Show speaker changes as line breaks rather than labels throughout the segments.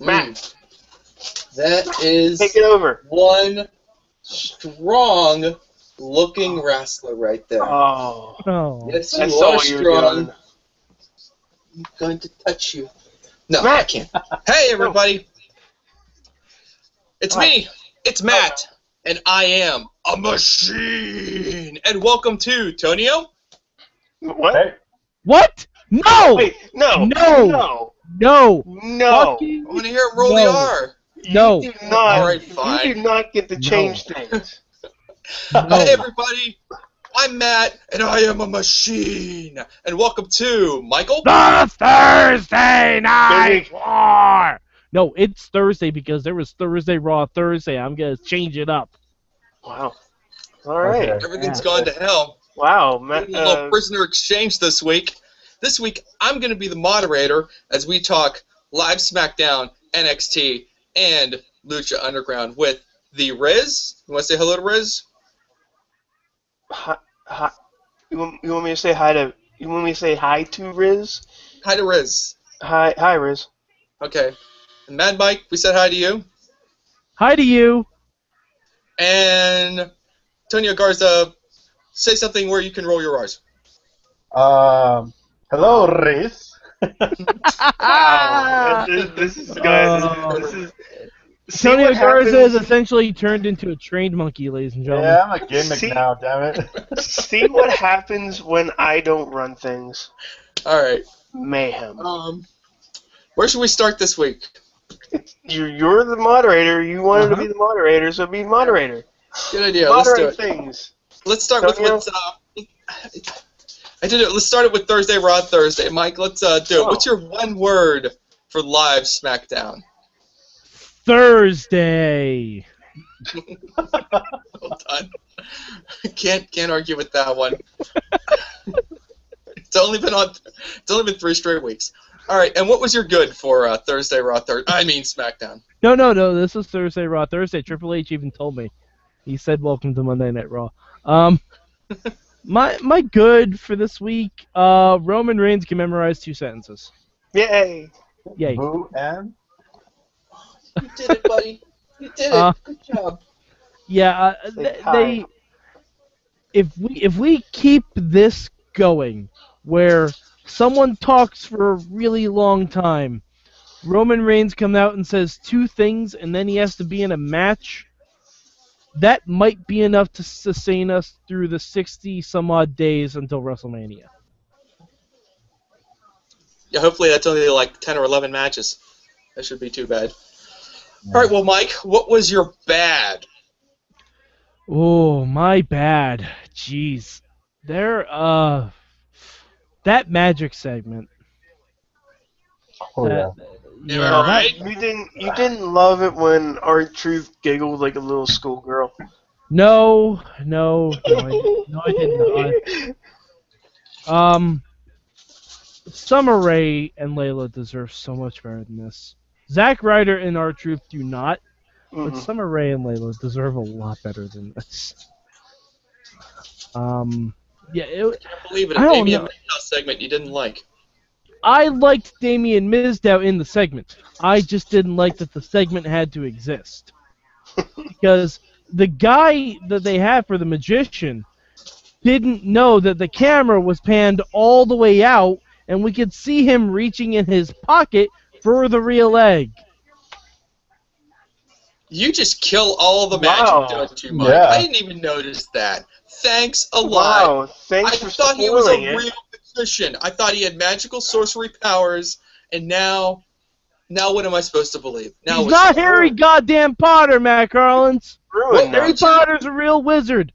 Hmm. That is
Take it over.
one strong looking wrestler right there.
Oh,
Oh.
Yes,
I
you
saw
are
what you were
strong.
doing.
I'm going to touch you. No, I
Matt.
can't. Hey, everybody. It's me. It's Matt. And I am a machine. And welcome to Tonio.
What?
Hey,
What? No!
Wait, no,
No.
no,
no!
no.
Fucking
I want to hear it roll
No.
the R.
No.
You do not.
All right,
you
fine.
do not get to
No.
change things.
Hey,
no.
everybody. I'm Matt, and I am a machine. And welcome to Michael.
The Thursday
Night
Night War! No, it's Thursday because there was Thursday Raw Thursday. I'm going to change it up.
Wow. All right.
Okay.
Everything's
Yeah.
gone to hell.
Wow,
We
Matt.
did a
Uh,
little prisoner exchange this week. This week, I'm going to be the moderator as we talk live SmackDown, NXT, and Lucha Underground with the Riz. You want to say hello to Riz?
hi, hi, you, want, you want me to say hi to? You want me to say hi to Riz?
Hi to Riz.
Hi, hi, Riz.
Okay. And Mad Mike, we said hi to you.
Hi to you.
And Antonio Garza, say something where you can roll your R's.
Um, hello, Riz.
Wow. This, this is good.
Oh.
this is. see
Antonio
what
Garza
happens-
is essentially turned into a trained monkey, ladies and gentlemen.
Yeah, I'm a gimmick
See-
now, damn it.
See what happens when I don't run things.
All right.
Mayhem.
Um, where should we start this week?
You're, you're the moderator. You wanted
Uh-huh.
to be the moderator, so be the moderator.
Good idea. Let's do
Moderate
it.
things.
Let's start with
Antonio?
what's. Uh, I did it. Let's start it with Thursday Raw Thursday. Mike, let's uh, do it.
Oh.
What's your one word for live SmackDown?
Thursday.
Well done. can't can't argue with that one. it's only been on. It's only been three straight weeks. All right. And what was your good for uh, Thursday Raw Thursday? I mean SmackDown.
No, no, no. This is Thursday Raw Thursday. Triple H even told me. He said, "Welcome to Monday Night Raw." Um, my my good for this week. Uh, Roman Reigns can memorize two sentences.
Yay.
Yay.
Boo and
You did it, buddy. You did
it. Uh.
Good job.
Yeah, uh,
They
th-
tie.
they. If we if we keep this going, where someone talks for a really long time, Roman Reigns comes out and says two things, and then he has to be in a match. That might be enough to sustain us through the sixty some odd days until WrestleMania.
Yeah. Hopefully that's only like ten or eleven matches. That should be too bad. All right. Well, Mike, what was your bad?
Oh my bad, jeez, there uh, that magic segment.
Oh, yeah.
that-
Yeah,
yeah,
All
that-
right.
Um, You didn't. You didn't love it when our truth giggled like a little schoolgirl.
No, no, no, I, no, I did not. Um, Summer Rae and Layla deserve so much better than this. Zack Ryder and R Truth do not, but
Mm-mm.
Summer Rae and Layla deserve a lot better than this. Um, yeah, it,
I believe it.
I don't
Maybe a
know.
Mizdow segment you didn't like.
I liked Damien Mizdow in the segment. I just didn't like that the segment had to exist. because the guy that they had for the magician didn't know that the camera was panned all the way out and we could see him reaching in his pocket for the real egg.
You just kill all the magic,
Wow.
don't you, Mike?
Yeah.
I didn't even notice that. Thanks a lot.
Wow. Thanks
I
for
thought he was a
spoiling it.
real magician. I thought he had magical sorcery powers, and now, now what am I supposed to believe? Now
He's
it's-
not Harry goddamn Potter, Matt Carlins.
Ruined
Well,
now.
Harry Potter's a real wizard.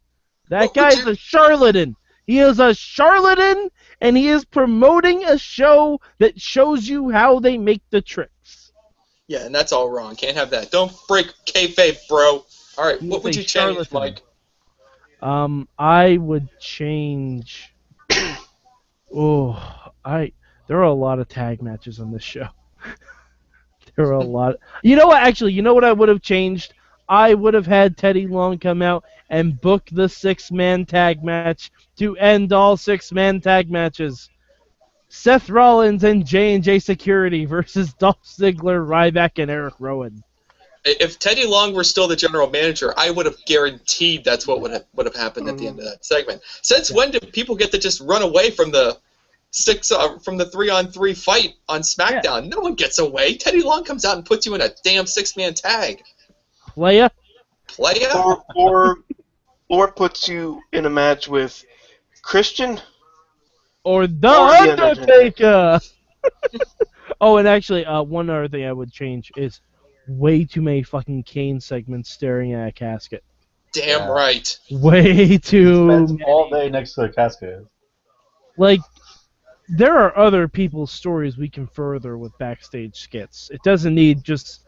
That
What would
guy's
you-
a charlatan. He is a charlatan and he is promoting a show that shows you how they make the tricks.
Yeah, and that's all wrong. Can't have that. Don't break kayfabe, bro. All right,
He's
what would
a
you change,
charlatan.
Mike?
Um, I would change. oh, I there are a lot of tag matches on this show. there are a lot. You know what? Actually, you know what I would have changed. I would have had Teddy Long come out and book the six-man tag match to end all six-man tag matches. Seth Rollins and J and J Security versus Dolph Ziggler, Ryback, and Eric Rowan.
I- If Teddy Long were still the general manager, I would have guaranteed that's what would have, would have happened at the end of that segment. Since when do people get to just run away from the six uh, from the three on three fight on SmackDown? No one gets away. Teddy Long comes out and puts you in a damn six man tag.
Playa.
Playa,
or or or puts you in a match with Christian.
or the
Oh,
Or The Undertaker.
Undertaker. oh, and actually, uh, one other thing I would change is way too many fucking Kane segments staring at a casket.
damn
Yeah.
right.
Way too.
Spends all day next to the casket.
Like, there are other people's stories we can further with backstage skits. It doesn't need just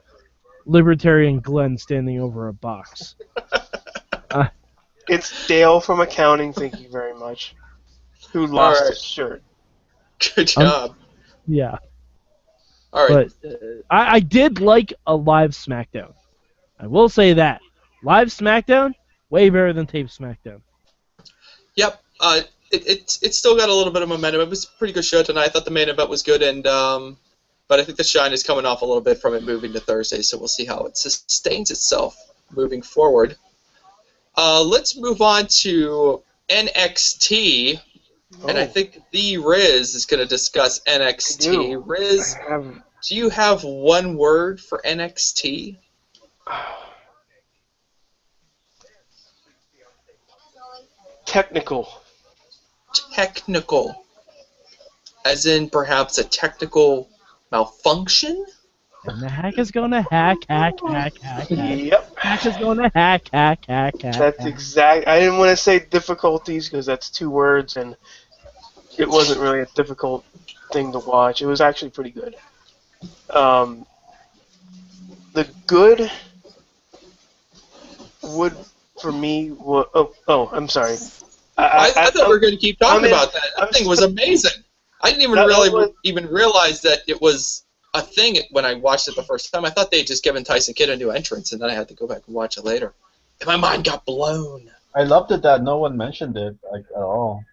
libertarian Glenn standing over a box.
It's Dale from accounting. Thank you very much. Who lost
All right.
his shirt?
Good
Um,
job.
Yeah,
All right.
but uh, I, I did like a live SmackDown. I will say that live SmackDown way better than tape SmackDown.
Yep. Uh, it, it, it still got a little bit of momentum. It was a pretty good show tonight. I thought the main event was good, and um, but I think the shine is coming off a little bit from it moving to Thursday, so we'll see how it sustains itself moving forward. Uh, let's move on to NXT, and I
Oh,
think The Riz is going to discuss
I do.
NXT. Riz,
I have-
do you have one word for NXT?
technical.
Technical, as in perhaps a technical malfunction.
And the hack is gonna hack, hack, hack, hack, hack.
Yep.
Hack is gonna hack, hack, hack, hack.
That's
hack.
exact. I didn't want to say difficulties because that's two words, and it wasn't really a difficult thing to watch. It was actually pretty good. Um, the good would for me. Wa- oh, oh, I'm sorry. I, oh,
I, I thought we were
I'm-
going to keep talking
I mean,
about that. That
I'm
thing was amazing. I didn't even
That- that
really
was-
even realize that it was a thing when I watched it the first time. I thought they had just given Tyson Kidd a new entrance, and then I had to go back and watch it later. And my mind got blown.
I loved it that no one mentioned it like at all.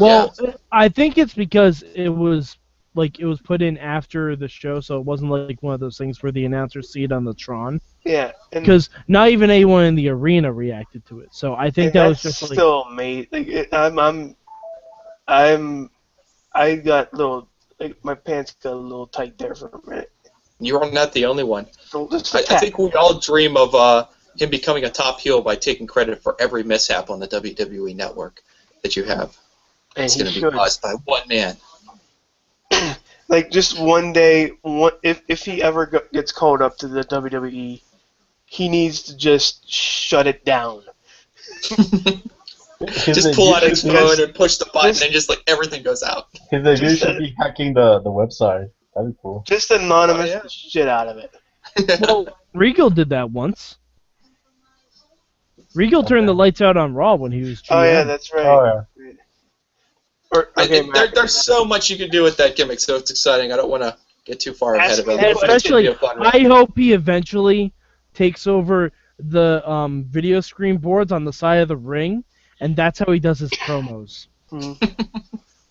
Well, I think it's because it was like it was put in after the show, so it wasn't like one of those things where the announcers see it on the Tron.
yeah, and
Because not even anyone in the arena reacted to it. So I think
And
that was
that's
just like
still amazing. Like, it, I'm, I'm, I'm, I got little. Like, my pants got a little tight there for a minute.
You're not the only one.
So just
I,
a
I
tad.
think we all dream of uh, him becoming a top heel by taking credit for every mishap on the WWE network that you have.
and
It's
he
going to be
should.
caused by one man.
like just one day one, if, if he ever go, gets called up to the WWE he needs to just shut it down
Just pull out his
his
phone and push the button,
just-
and just like everything goes out.
His debut
Just-
should be hacking the, the website. That'd be cool.
just anonymous
Oh, yeah.
the shit out of it
well, Regal did that once. Regal turned the
Okay.
lights out on Raw when he was. GM.
oh yeah that's right
Oh yeah.
or,
I
okay,
think there,
Matt,
there's so much you can do with that gimmick, so it's exciting. I don't want to get too far
Ask
ahead of
me
it.
the
but it's gonna be a fun one.
I hope he eventually takes over the um, video screen boards on the side of the ring, and that's how he does his promos.
Mhm.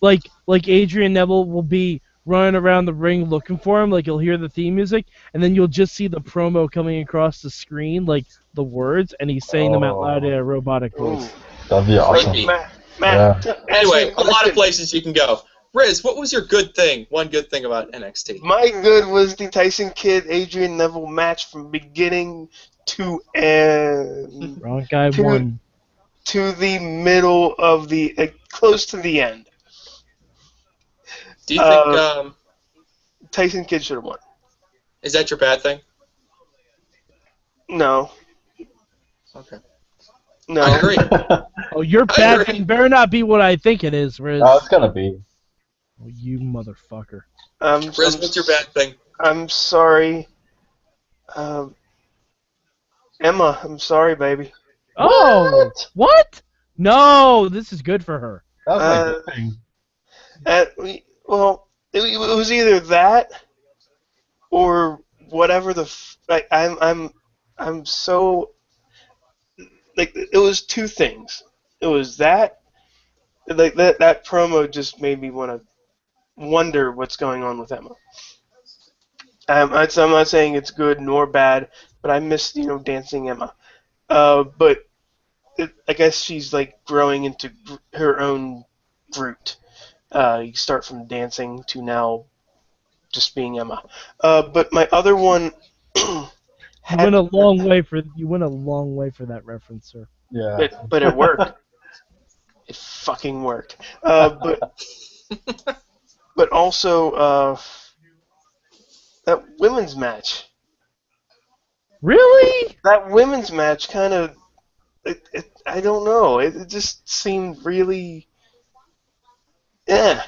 Like like Adrian Neville will be running around the ring looking for him. Like you'll hear the theme music, and then you'll just see the promo coming across the screen, like the words, and he's saying them out loud in a robotic
Oh.
Ooh.
voice.
That'd be awesome.
Creepy.
Matt, Matt, t- ask me
Anyway, a lot
question.
of places you can go. Riz, what was your good thing? One good thing about NXT?
my good was the Tyson Kidd Adrian Neville match from beginning to end
Wrong guy
Dude.
won.
to the middle of the uh, close to the end
Do you think
Uh,
um,
Tyson Kidd should have won
is that your bad thing?
no
Okay,
no
I agree.
Oh, your
I
bad
agree.
thing better not be what I think it is, Riz.
Oh, it's gonna be.
Oh, you motherfucker.
Um,
Riz,
I'm,
what's your bad thing?
I'm sorry. Um, Emma, I'm sorry, baby.
Oh, what? No, this is good for her.
That was
Uh,
my good thing.
Uh, we- well, it, it was either that or whatever the. F- like, I'm, I'm, I'm so. Like it was two things. It was that, like that that promo just made me want to wonder what's going on with Emma. Um, I'm not saying it's good nor bad, but but I miss you know dancing Emma. Uh, but it, I guess she's like growing into gr- her own Groot. Uh, you start from dancing to now just being Emma. Uh, but my other one.
You went a long way for you went a long way for that reference, sir.
Yeah.
but, but it worked. it fucking worked. Uh, but but also uh, that women's match.
Really?
That women's match kind of. It, it, I don't know. It, it just seemed really. Yeah.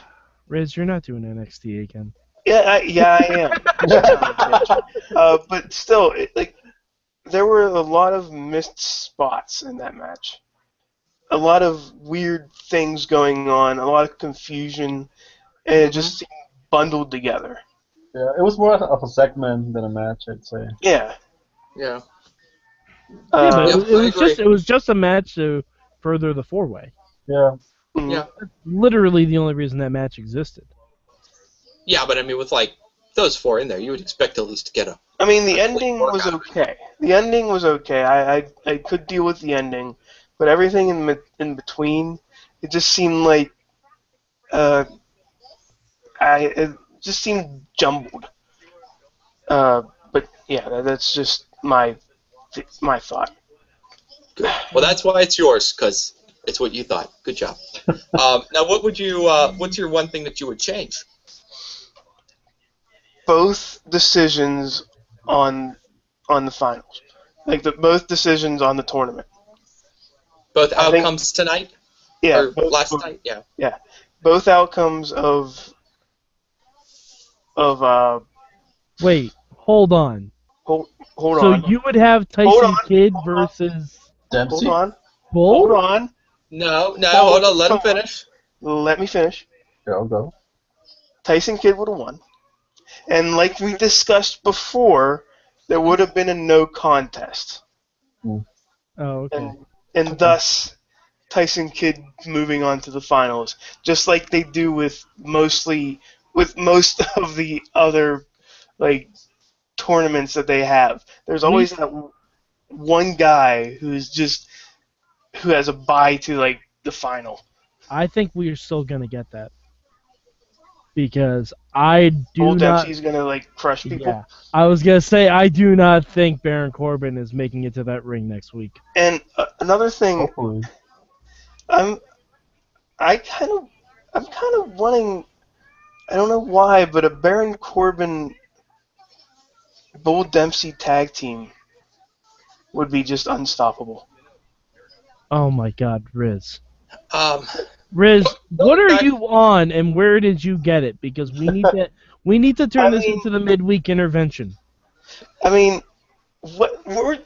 Riz, you're not doing NXT again.
Yeah, I, yeah, I am. uh, but still, it, like, there were a lot of missed spots in that match. A lot of weird things going on, a lot of confusion, and
Mm-hmm.
it just seemed bundled together.
yeah. It was more of a segment than a match, I'd say.
Yeah.
Yeah.
yeah,
Uh,
but it,
Yep,
was- it
I
was
agree.
just it was just a match to further the four way.
Yeah.
mm,
Yeah.
Literally the only reason that match existed.
Yeah, but I mean, with like those four in there, you would expect at least to get a.
I mean, the
Like,
ending
work
was
out.
okay. The ending was okay. I, I, I could deal with the ending, but everything in bet- in between, it just seemed like, uh, I it just seemed jumbled. Uh, but yeah, that, that's just my th- my thought.
Good. Well, that's why it's yours, because it's what you thought. Good job. um, now, what would you? Uh, what's your one thing that you would change?
Both decisions on on the finals, like the both decisions on the tournament.
Both
I think-
outcomes tonight
Yeah,
or
both-
last
both-
night? Yeah.
both outcomes of of uh
Wait, hold on.
hold hold
so
on
you would have
Hold
Tyson
on.
Kidd
Hold on.
versus
Dempsey.
hold on
Bull?
hold on
No, no.
Oh,
hold on. Let him
come on.
finish.
let me finish
Yeah, I'll go.
Tyson Kidd would have won and like we discussed before there would have been a no contest
Oh, okay.
and and thus Tyson Kidd moving on to the finals just like they do with mostly with most of the other like tournaments that they have there's
Mm-hmm.
always that w- one guy who's just who has a bye to like the final
I think we are still gonna get that because I do
old
not.
Dempsey's gonna like crush people
Yeah, I was gonna say I do not think Baron Corbin is making it to that ring next week.
and uh, another thing
Hopefully.
I'm I kind of I'm kind of wanting I don't know why, but a Baron Corbin Bull Dempsey tag team would be just unstoppable.
Oh my God, Riz.
Um,
Riz,
Oh,
no,
what are
I-
you on, and where did you get it? Because we need to we need to turn
I
this
mean-
into the midweek intervention.
I mean, what we're,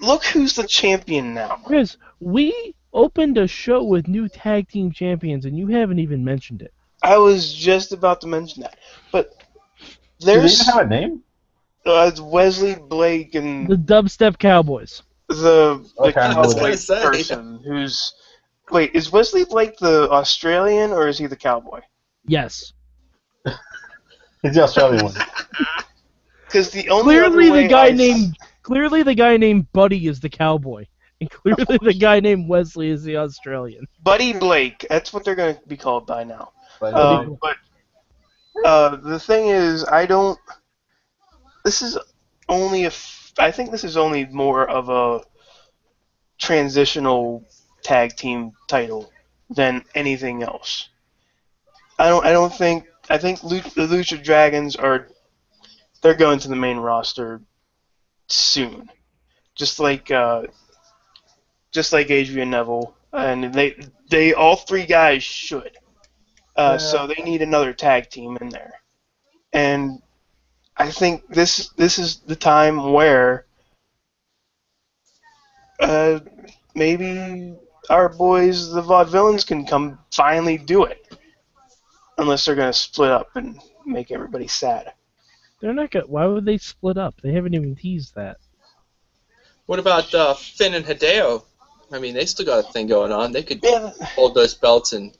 look who's the champion now.
Riz, we opened a show with new tag team champions, and you haven't even mentioned it.
I was just about to mention that. But
Do they
there's
even have a name?
uh, Wesley Blake and
The Dubstep Cowboys.
the, the
Okay, I was
cowboy
gonna say.
person who's wait is Wesley Blake the Australian or is he the cowboy?
Yes,
He's the Australian one.
Because the only other
clearly the
way
guy
I-
named clearly the guy named Buddy is the cowboy, and clearly the guy named Wesley is the Australian.
Buddy Blake. That's what they're gonna be called by now.
But um,
Uh, but uh, the thing is, I don't. This is only a. F- I think this is only more of a transitional tag team title than anything else. I don't. I don't think. I think Lu- the Lucha Dragons are. They're going to the main roster soon, just like uh, just like Adrian Neville, and they they all three guys should. Uh,
Yeah.
So they need another tag team in there, and I think this this is the time where uh, maybe our boys, the Vaudevillains, can come finally do it. Unless they're gonna split up and make everybody sad.
They're not good. Why would they split up? They haven't even teased that.
what about uh, Finn and Hideo? I mean, they still got a thing going on. They could
Yeah,
hold those belts and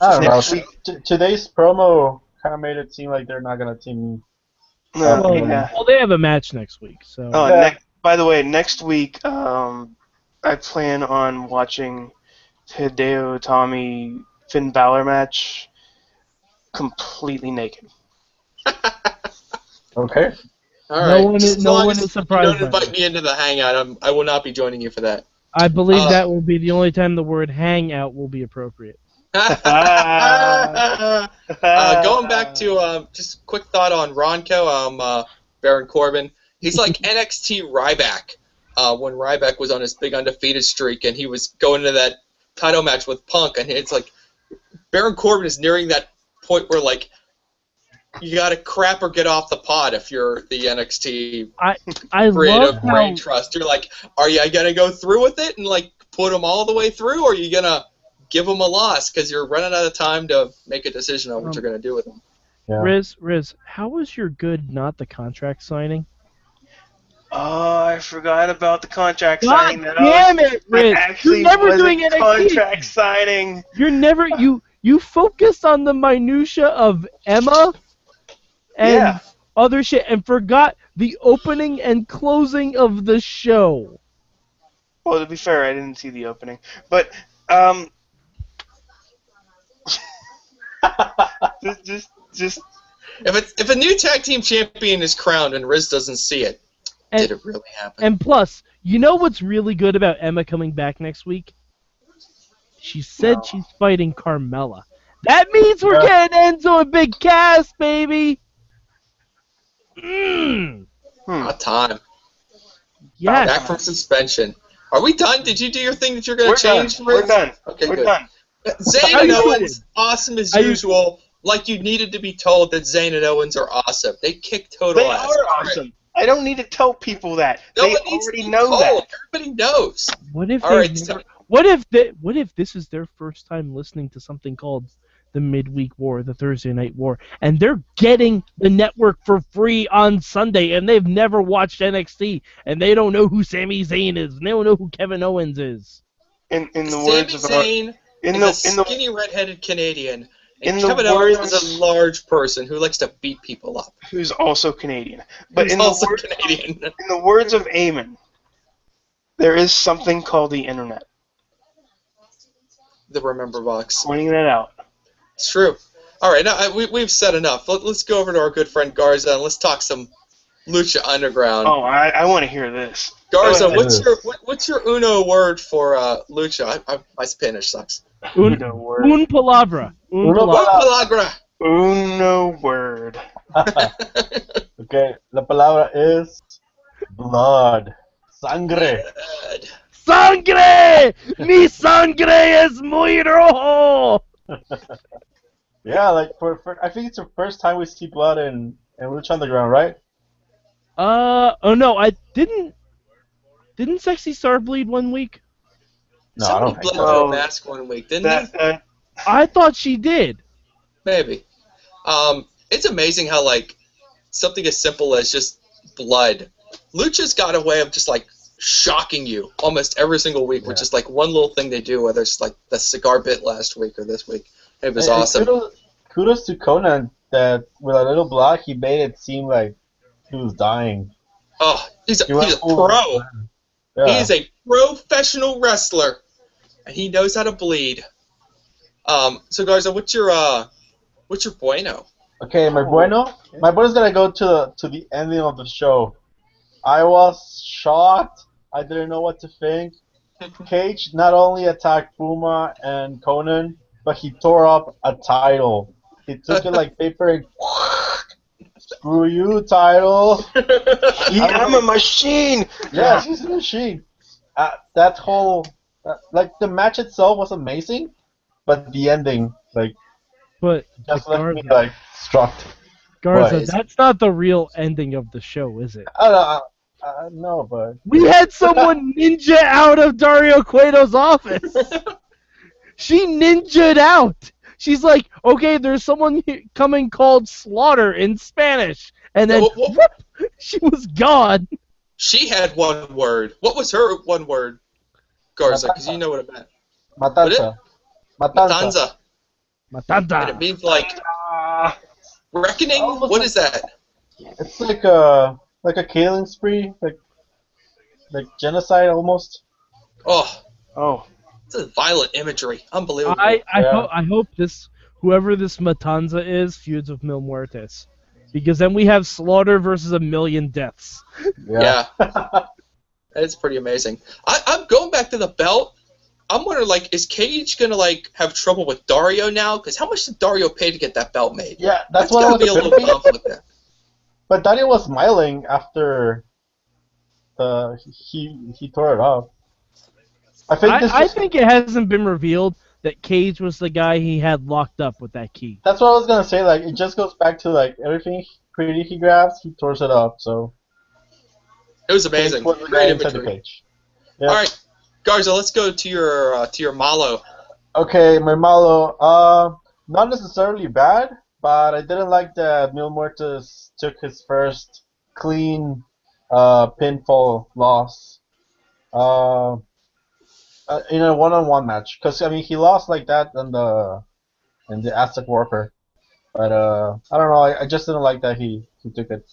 I don't know.
Next week.
T- today's promo kind of made it seem like they're not gonna team
No,
Oh,
Well,
Uh, yeah.
well, they have a match next week, so
Oh,
Yeah.
nec- by the way, next week um, I plan on watching Hideo Tommy Finn Balor match completely naked.
Okay.
All
No
right.
one is-
Just as
no
long
one
as
is surprised
You don't
by
invite me into the hangout. I'm, I will not be joining you for that.
I believe
Uh,
that will be the only time the word hangout will be appropriate.
Ah.
Uh, going back to um, just quick thought on Ronco, um, uh, Baron Corbin. He's like NXT Ryback uh, when Ryback was on his big undefeated streak and he was going to that title match with Punk, and it's like Baron Corbin is nearing that point where like you got to crap or get off the pod if you're the NXT
I love
creative
how
brain trust. You're like, are you gonna go through with it and like put them all the way through, or are you gonna give them a loss because you're running out of time to make a decision on what
Um,
you're gonna do with them?
Yeah.
Riz Riz. How was your good not the contract signing?
Oh, I forgot about the contract signing. That I was,
damn it,
I
Riz!
actually
You're never
was a
doing NXT.
Contract signing.
You're never you you focused on the minutia of Emma and
Yeah.
other shit and forgot the opening and closing of the show.
Well, to be fair, I didn't see the opening, but um, just, just, just
If it's if a new tag team champion is crowned and Riz doesn't see it, did
And,
it really happen?
and plus, you know what's really good about Emma coming back next week? She said
No.
she's fighting Carmella. That means we're
Yeah.
getting Enzo a big cast, baby. Mm,
hmm.
About time.
yes.
Back from suspension. Are we done? Did you do your thing that you're gonna
we're done.
change?
We're
Riz?
done.
Okay,
We're
good.
done.
How
Zayn
you
and
doing?
Owens, awesome as
How you-
usual. Like you needed to be told that Zayn and Owens are awesome. They kick total
They
ass.
are
All right.
awesome. I don't need to tell people that.
No
they
one needs to
already
be
know
told.
that.
Everybody knows.
What if
All
they
right,
never-
so-
What if they, what if this is their first time listening to something called the midweek war, the Thursday night war, and they're getting the network for free on Sunday, and they've never watched NXT, and they don't know who Sami Zayn is, and they don't know who Kevin Owens is.
In in the
Sami
words of our
Zayn
in
is
the
a
in the
skinny redheaded Canadian. And
in the
Kevin Owens
words-
is a large person who likes to beat people up.
who's also Canadian, but
He's
in the,
also
wor-
Canadian.
in the words of Eamon, there is something called the internet.
the remember box.
Pointing that out.
It's true. All right, now I, we, we've said enough. Let, let's go over to our good friend Garza and let's talk some Lucha Underground.
Oh, I, I want to hear this.
Garza,
oh,
what's
yeah.
your what, what's your uno word for uh, Lucha? I, I, my Spanish sucks.
Un,
Uno word.
un palabra. Un
Uno
palabra.
Hola.
Palabra.
Uno word.
okay. La palabra is blood. Sangre.
Good.
Sangre! Mi sangre es muy rojo!
Yeah, like for, for I think it's the first time we see blood in in Lucha Underground, right?
Uh, oh no, I didn't. Didn't Sexy Star bleed one week?
No, I
Somebody
don't think
bled
so.
through a
so.
mask one week, didn't they?
That, that
I thought she did.
Maybe. Um, it's amazing how like something as simple as just blood. Lucha's got a way of just like shocking you almost every single week with
Yeah.
just like one little thing they do, whether it's like the cigar bit last week or this week. It was
And- and
awesome.
Kudos, kudos to Conan that with a little blood he made it seem like he was dying.
Oh, he's a,
He went
he's a
over
pro.
Yeah.
He is a professional wrestler, and he knows how to bleed. Um, so Garza, what's your uh, what's your bueno?
Okay, my bueno, my bueno's gonna go to the to the ending of the show. I was shocked. I didn't know what to think. Cage not only attacked Puma and Conan, but he tore up a title. He took it like paper and screw you, title.
I'm a machine.
Yeah, she's a machine. Uh, that whole uh, like the match itself was amazing, but the ending like
But
just
Like
left me
Garza.
like struck.
Garza,
Right.
that's not the real ending of the show, is it?
I don't, I, I know, but
We had someone ninja out of Dario Cueto's office. she ninjaed out. She's like, okay, there's someone here coming called Slaughter in Spanish, and then
Wha- wha-
whoop, she was gone.
She had one word. What was her one word, Garza? Because you know what it meant.
Matanza. Matanza.
Matanza. And it
Matanta.
means like
Ah,
reckoning. What is that?
It's like a like a killing spree, like like genocide almost.
Oh,
Oh,
this is violent imagery. Unbelievable.
I, I,
Yeah.
ho- I hope this whoever this Matanza is feuds with Mil Muertes. Because then we have Slaughter versus a million deaths.
yeah. That's pretty amazing. I, I'm going back to the belt. I'm wondering, like, is Cage gonna like have trouble with Dario now? Because how much did Dario pay to get that belt made?
Yeah, that's,
That's
what I
gotta
was
be a little
thinking.
conflict there.
But Daddy was smiling after the he he tore it off. I think this
I, I
is,
think it hasn't been revealed that Cage was the guy he had locked up with that key.
that's what I was gonna say. Like it just goes back to like everything pretty he grabs, he tores it up. So
It was amazing.
Put the guy
Great
inside the
imagery.
cage. Yeah.
All right, Garza, let's go to your uh, to your Malo.
Okay, my Malo. Uh, not necessarily bad, but I didn't like that Mil Muertes took his first clean uh, pinfall loss uh, uh, in a one-on-one match. Because I mean, he lost like that in the in the Aztec Warfare. But uh, I don't know. I, I just didn't like that he, he took it.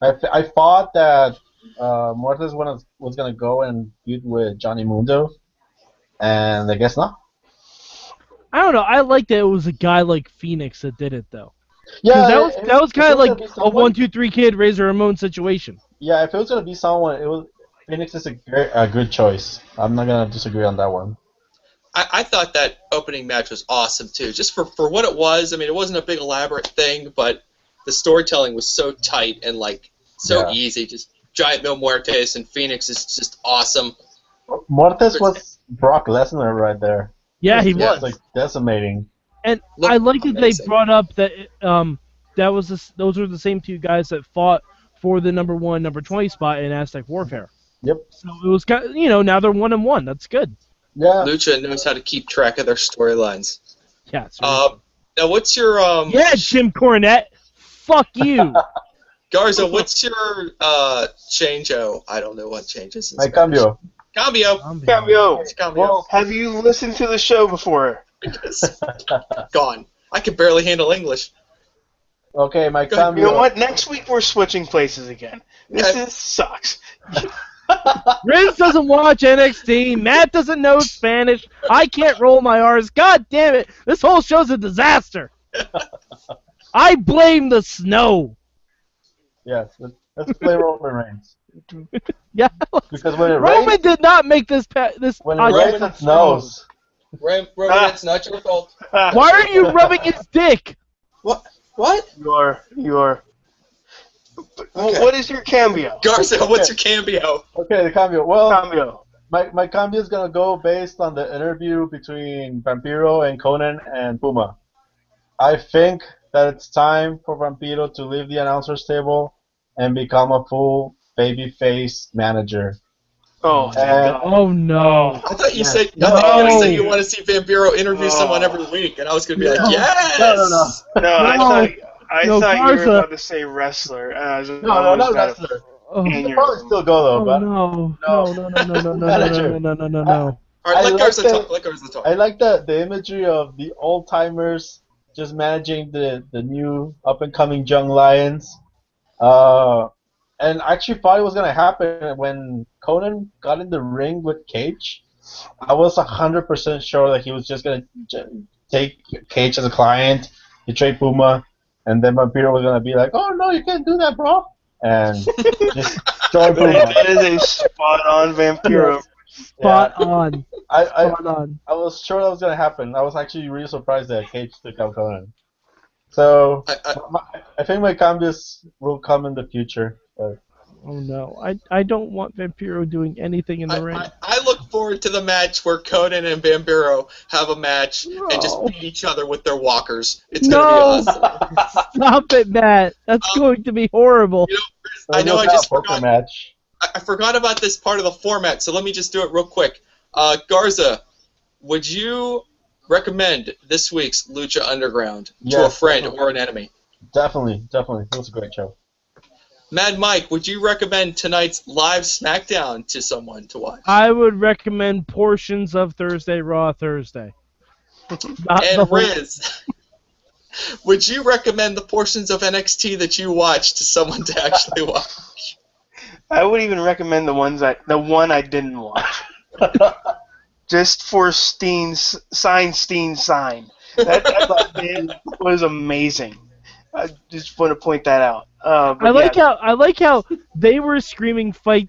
I, f- I thought that uh, Muertes was was gonna go and feud with Johnny Mundo, and I guess not.
I don't know. I like that it was a guy like Phoenix that did it though.
Yeah,
Because that was
if-
that was
if
kind
it
of like
gonna be
a
someone-
one two three kid Razor Ramon situation.
Yeah, if it was gonna be someone, it was Phoenix is a, gre- a good choice. I'm not gonna disagree on that one.
I, I thought that opening match was awesome too, just for for what it was. I mean, it wasn't a big elaborate thing, but the storytelling was so tight and like so
Yeah.
easy. Just giant Mil Muertes and Phoenix is just awesome.
Mortis was Brock Lesnar right there.
Yeah, he
Yeah.
was.
It's like decimating.
And
Looked
I like that they
amazing.
brought up that um that was the, s- those were the same two guys that fought for the number one number twenty spot in Aztec Warfare.
Yep.
So it was kind you know now they're one and one. That's good.
Yeah.
Lucha knows how to keep track of their storylines.
Yeah. it's really
Um, now, what's your um,
good. Mm-hmm. yeah, Jim Cornette. Fuck you.
Garza? What's your uh, changeo? I don't know what changes. in
My
Spanish.
cambio.
Cambio.
Cambio,
It's cambio.
Well,
have you listened to the show before?
It's gone. I can barely handle English.
okay, my
Go ahead.
You know
cambio.
what? Next week we're switching places again. This
Yeah.
is, sucks.
Riz doesn't watch NXT. Matt doesn't know Spanish. I can't roll my R's. God damn it. This whole show's a disaster. I blame the snow.
Yes. Let's, let's play Roman Reigns.
Yeah.
Because when it
Roman
rains,
did not make this pa- this
when it
podcast.
Roman
rains, it snows.
Roman,
Ah.
it's not your fault.
Why are you rubbing his dick?
What?
You are. You are.
Okay.
What is your cambio?
Garza, what's your cambio?
Okay, the cambio. Well,
Cambio.
my my cambio is gonna go based on the interview between Vampiro and Conan and Puma. I think that it's time for Vampiro to leave the announcer's table and become a full babyface manager.
Oh, thank
Uh,
God.
Oh no.
I thought you
Yeah.
said I thought you were gonna say you
No.
want to see Vampiro interview
Oh.
someone every week, and I was gonna be
No.
like, yes.
No, no, no.
No, I
No.
thought I
No,
thought you
Garza.
were about to say wrestler. and I was just,
No, no,
always
not
got a
wrestler.
Oh,
f-
He'll Probably
aneurysm.
still go though,
oh,
but
no. No, no, no, no, no, no, no, no, no, no, no, no.
All right,
I
let
like
Garza
that-
talk. Let Garza talk.
I like the the imagery of the old timers just managing the the new up and coming young lions. Uh, and I actually thought it was gonna happen when Conan got in the ring with Cage. I was hundred percent sure that he was just gonna j- take Cage as a client, betray Puma, and then Vampiro was gonna be like, "Oh no, you can't do that, bro," and just join Puma.
That is a spot on Vampiro.
Spot on.
I, I,
Spot on.
I was sure that was gonna happen. I was actually really surprised that Cage took out Conan. So
I, I,
my, I think my combos will come in the future. But
Oh no. I I don't want Vampiro doing anything in
I,
the ring.
I, I look forward to the match where Conan and Vampiro have a match and just
No.
beat each other with their walkers. It's
No.
gonna be awesome.
Stop it, Matt. That's
Um,
going to be horrible.
I know, I
It's not
just
a poker
forgot.
match.
I, I forgot about this part of the format, so let me just do it real quick. Uh, Garza, would you recommend this week's Lucha Underground to a
Yes,
friend
definitely.
or an enemy?
Definitely, definitely, it was a great show.
Mad Mike, would you recommend tonight's live SmackDown to someone to watch?
I would recommend portions of Thursday Raw Thursday. Not Uh, the
and
whole-
Riz, Would you recommend the portions of NXT that you watch to someone to actually watch?
I would even recommend the ones I the one I didn't watch just for Steen's sign Steen sign. That, that bit was amazing. I just want to point that out. Uh, but
I like
yeah,
how I like how they were screaming fight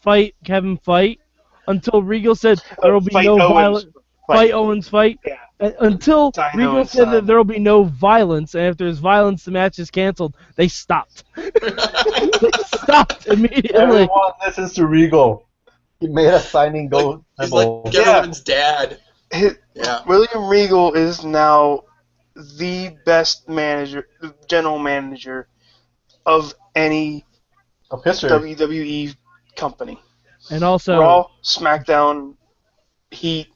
fight Kevin fight until Regal said there will be
fight
no
Owens.
violence
Fight.
fight Owens fight
Yeah.
Uh, until
Dino
Regal
and
said
Simon.
that there will be no violence and if there's violence the match is canceled they stopped they stopped immediately
Everyone listens to Regal. He made a signing go.
He's
symbol.
like
Yeah.
everyone's dad.
his-
Yeah.
William Regal is now the best manager, general manager of any
of history.
WWE company.
and also
Raw, SmackDown, Heat,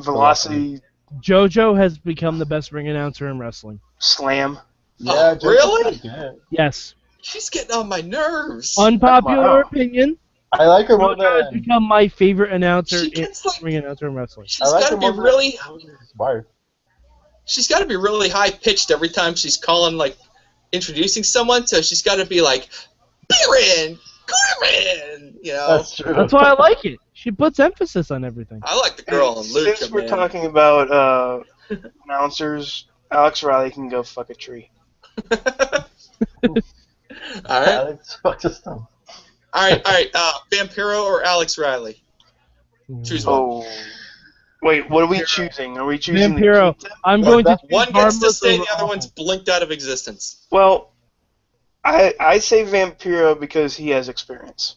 Velocity,
JoJo has become the best ring announcer in wrestling
Slam.
Oh,
Jason
really?
Sanchez.
yes
She's getting on my nerves.
unpopular
Wow.
opinion
I like her more
JoJo has
than.
become my favorite announcer
she
in,
gets like
ring announcer in wrestling
I
she's
like
gotta
her more
be
than-
really
Smart.
she's gotta be really high pitched every time she's calling like introducing someone, so she's gotta be like Baron, Gorman you know.
That's true.
That's why I like it. She puts emphasis on everything.
I like the girl in Lucha.
Since we're
man.
talking about uh, announcers, Alex Riley can go fuck a tree.
all right.
Alex, fuck this stuff.
All right, all right. Uh, Vampiro or Alex Riley? Choose one.
Oh. Wait, what are we choosing? Are we choosing
Vampiro.
The,
I'm going to
That
choose
One gets to
harmless
stay,
over
the other
all.
one's blinked out of existence.
well, I I say Vampiro because he has experience.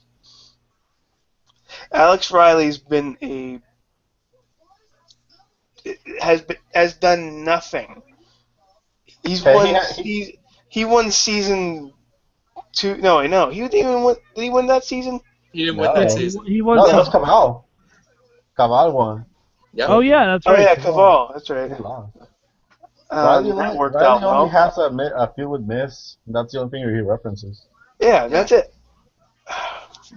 Alex Riley's been a has been, has done nothing. He's
Okay,
won
he ha-
he, he won season two. No, no, he didn't even win. Did he win that season?
He didn't
No.
win that
Yeah,
season.
He, he won.
No,
some.
that was Kamal. Kamal won.
Yeah.
Oh yeah, that's
Oh
right.
yeah, Caval. That's right.
He lost.
Um,
Riley
that
only-
worked
Riley
out well.
only has a, mi- a few with miss. That's the only thing he references.
yeah, that's it.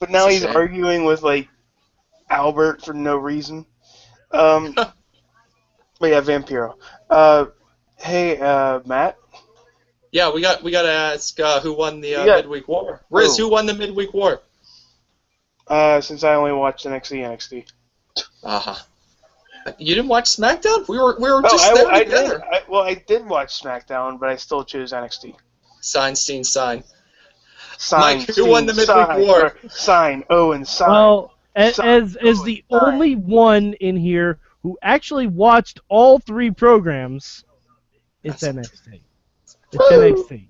But now
It's a
he's
shame.
arguing with like Albert for no reason. Um, but yeah, Vampiro. Uh, hey, uh, Matt.
Yeah, we got we got to ask uh, who won the uh,
Yeah.
midweek war. Riz,
Who?
who won the midweek war?
Uh, since I only watched NXT, NXT.
Uh-huh. You didn't watch SmackDown? We were we were
No,
just
Oh, I,
there
I did.
together.
I, well, I did watch SmackDown, but I still chose NXT.
Sign, Steen, sign.
Sign.
Mike, who won the
Steen,
midweek
sign,
war?
or Sign. Owen. Sign.
Well, as
Sign.
as, as the
Sign.
only one in here who actually watched all three programs, it's
That's-
NXT. It's NXT.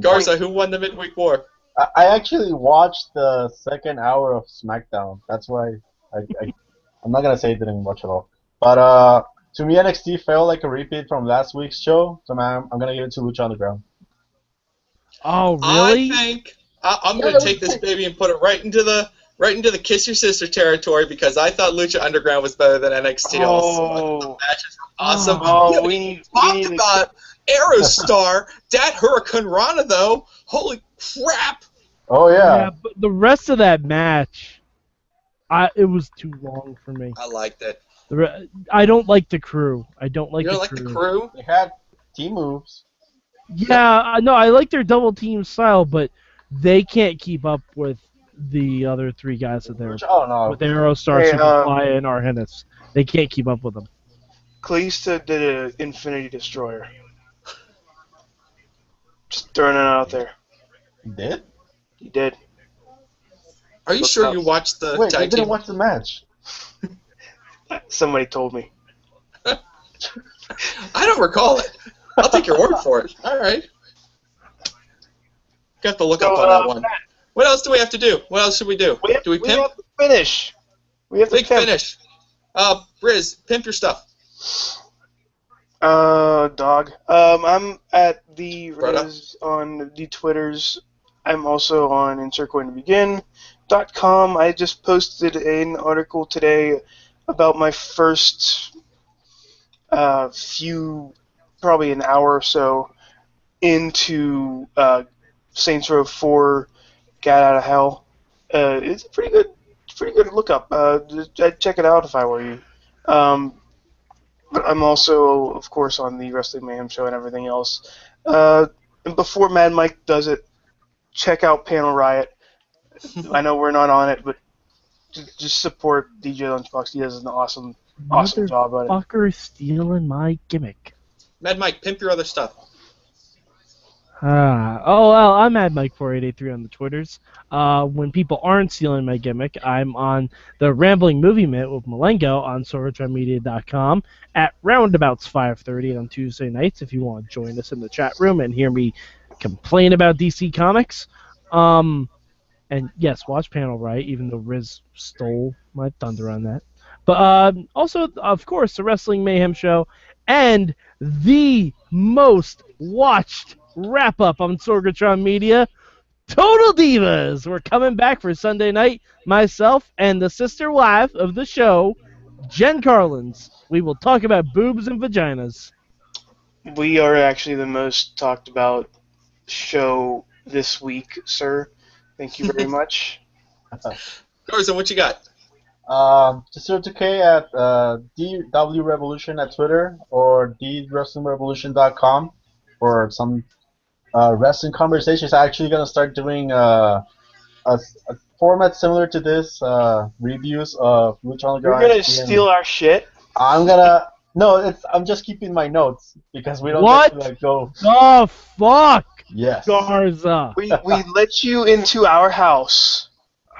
Garza, who won the midweek war?
I, I actually watched the second hour of SmackDown. That's why I, I I'm not gonna say I didn't watch it all. But uh, to me, NXT felt like a repeat from last week's show. So man, I'm gonna give it to Lucha Underground.
Oh really?
I think I, I'm going to take this baby and put it right into the right into the kiss your sister territory because I thought Lucha Underground was better than NXT. Also, I thought
Oh.
the matches were awesome. Yeah,
Oh,
but
we need. We
talked
need to
about Aerostar, that Hurricane Rana though. Holy crap!
Oh yeah.
but the rest of that match, I it was too long for me.
I liked it.
The re- I don't like the crew. I don't like
you
the
don't like
crew.
the crew?
They had team moves.
Yeah, I- no, I like their double team style, but they can't keep up with the other three guys that they're
Which um, I don't know.
with Aerostar,
Hey,
Superfly, and Arhenis. They can't keep up with them.
Kalista did an Infinity Destroyer. Just throwing it out there.
They did?
He did.
Are you
Look
sure
up.
you watched the
Wait, they
tag
didn't
team?
watch the match.
Somebody told me.
I don't recall it. I'll take your word for it. All right. Got to look
So,
up on
uh,
that one. What else do we have to do? What else should we do?
We have,
do we
we
pimp?
have to finish. We have to
Big
pimp.
finish. Uh, Riz, pimp your stuff.
Uh, dog. Um, I'm at the
Brother.
Riz on the Twitters. I'm also on insertcoinbegin.com. I just posted an article today about my first uh, few, probably an hour or so, into uh, Saints Row 4, Got Out of Hell. Uh, it's a pretty good, pretty good lookup. Uh, just- I'd check it out if I were you. Um, but I'm also, of course, on the Wrestling Mayhem show and everything else. Uh, and before Mad Mike does it, check out Panel Riot. I know we're not on it, but j- just support DJ Lunchbox. He does an awesome, awesome job on it.
Motherfucker stealing my gimmick.
Mad Mike, pimp your other stuff.
Ah, oh well, I'm at Mike4883 on the Twitters. Uh, when people aren't stealing my gimmick, I'm on the Rambling Movie Minute with Malengo on SorgatronMedia.com at roundabouts 5:30 on Tuesday nights. If you want to join us in the chat room and hear me complain about DC Comics, um, and yes, watch Panel Right, even though Riz stole my thunder on that. But um, also, of course, the Wrestling Mayhem Show and the most watched wrap up on Sorgatron Media. Total Divas! We're coming back for Sunday night. Myself and the sister wife of the show, Jen Carlins. We will talk about boobs and vaginas.
We are actually the most talked about show this week, sir. Thank you very much.
Garza, what you got?
Um, just 2K at uh, DW Revolution at Twitter or DWrestlingRevolution.com for some uh, wrestling conversations. I'm actually going to start doing uh, a, s- a format similar to this uh, reviews of Lucha
You're
Underground.
gonna
NXT, and
steal our shit.
I'm going to. No, it's, I'm just keeping my notes because we don't
What?
get to like, go.
The fuck,
Yes. No,
Garza!
We we let you into our house.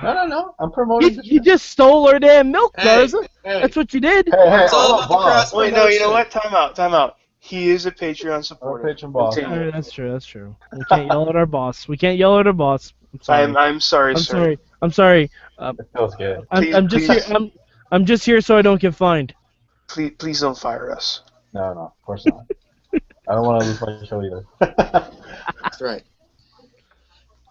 no, no. I'm promoting.
You,
the
you just stole her damn milk,
Hey,
Garza!
Hey,
That's what you did!
Hey, hey,
It's all
I'm a
about the
boss.
cross-
Wait, no, you know what? Time out, time out. He is a Patreon
I'm a
supporter.
patron boss.
Continue.
Alright, that's true, that's true. We can't yell at our boss. We can't yell at our boss. I'm sorry.
I'm I'm sorry,
I'm
sir.
sorry. I'm sorry.
It feels good.
I'm,
Please-
I'm just
please.
here. I'm, I'm just here so I don't get fined.
Please please don't fire us.
No, no, of course not. I don't want to lose my show either.
That's right.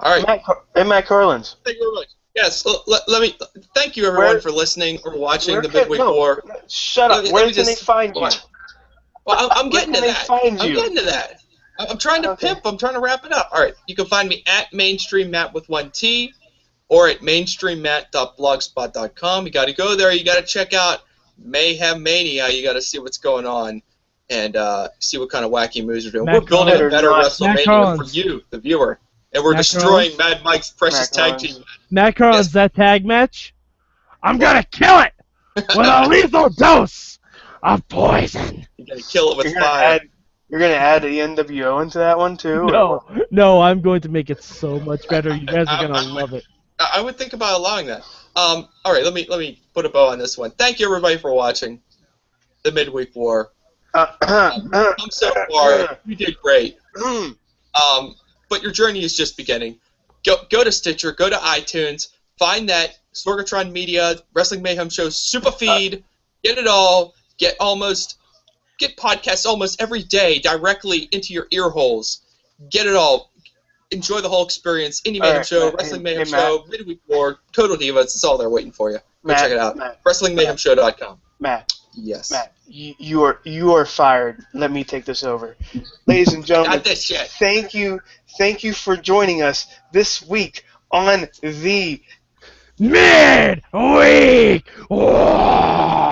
All right.
Matt Car- and Matt Carlins.
Thank you very much. Yes, l- let, let me thank you everyone
Where-
for listening or watching
where
the
can-
Midweek
no.
War.
Shut
Let
up.
me-
Where
let me
can they
just-
find you?
Hold Well, I'm, I'm
Where
getting
can
to
they
that.
find
I'm
you?
getting to that. I- I'm trying to
Okay.
pimp. I'm trying to wrap it up. All right. You can find me at Mainstream Matt with one T or at mainstreammat.blogspot.com. You got to go there. You got to check out Mayhem Mania. You got to see what's going on and uh, see what kind of wacky moves we're doing.
Matt
we're building a
Collins.
better
Matt
WrestleMania for
Collins.
you, the viewer. And we're
Matt
destroying
Collins.
Mad Mike's precious
Matt
tag
Collins.
team.
Matt Carlins,
Yes.
that tag match, I'm gonna kill it with a lethal dose of poison.
You got to kill it with
You're gonna
fire.
add you're gonna add the NWO into that one too?
No, no, I'm going to make it so much better. You guys are
I'm-
gonna
I'm-
love it.
I I would think about allowing that. Um, all right, let me let me put a bow on this one. Thank you everybody for watching the midweek war.
Uh,
I'm so far you did great. Um, but your journey is just beginning. Go go to Stitcher, go to iTunes, find that Sorgatron Media Wrestling Mayhem Show super feed. Get it all. Get almost get podcasts almost every day directly into your ear holes. Get it all. Enjoy the whole experience. Indie Mayhem
right,
Show,
Matt,
Wrestling
hey-
Mayhem
hey, Matt.
Show, Midweek War, Total Divas. It's all there waiting for you. Go
Matt,
check it out.
Matt,
WrestlingMayhemShow.com.
Matt.
Yes.
Matt, you, you are you are fired. Let me take this over, ladies and gentlemen.
Got this shit.
Thank you, thank you for joining us this week on the
Mid week.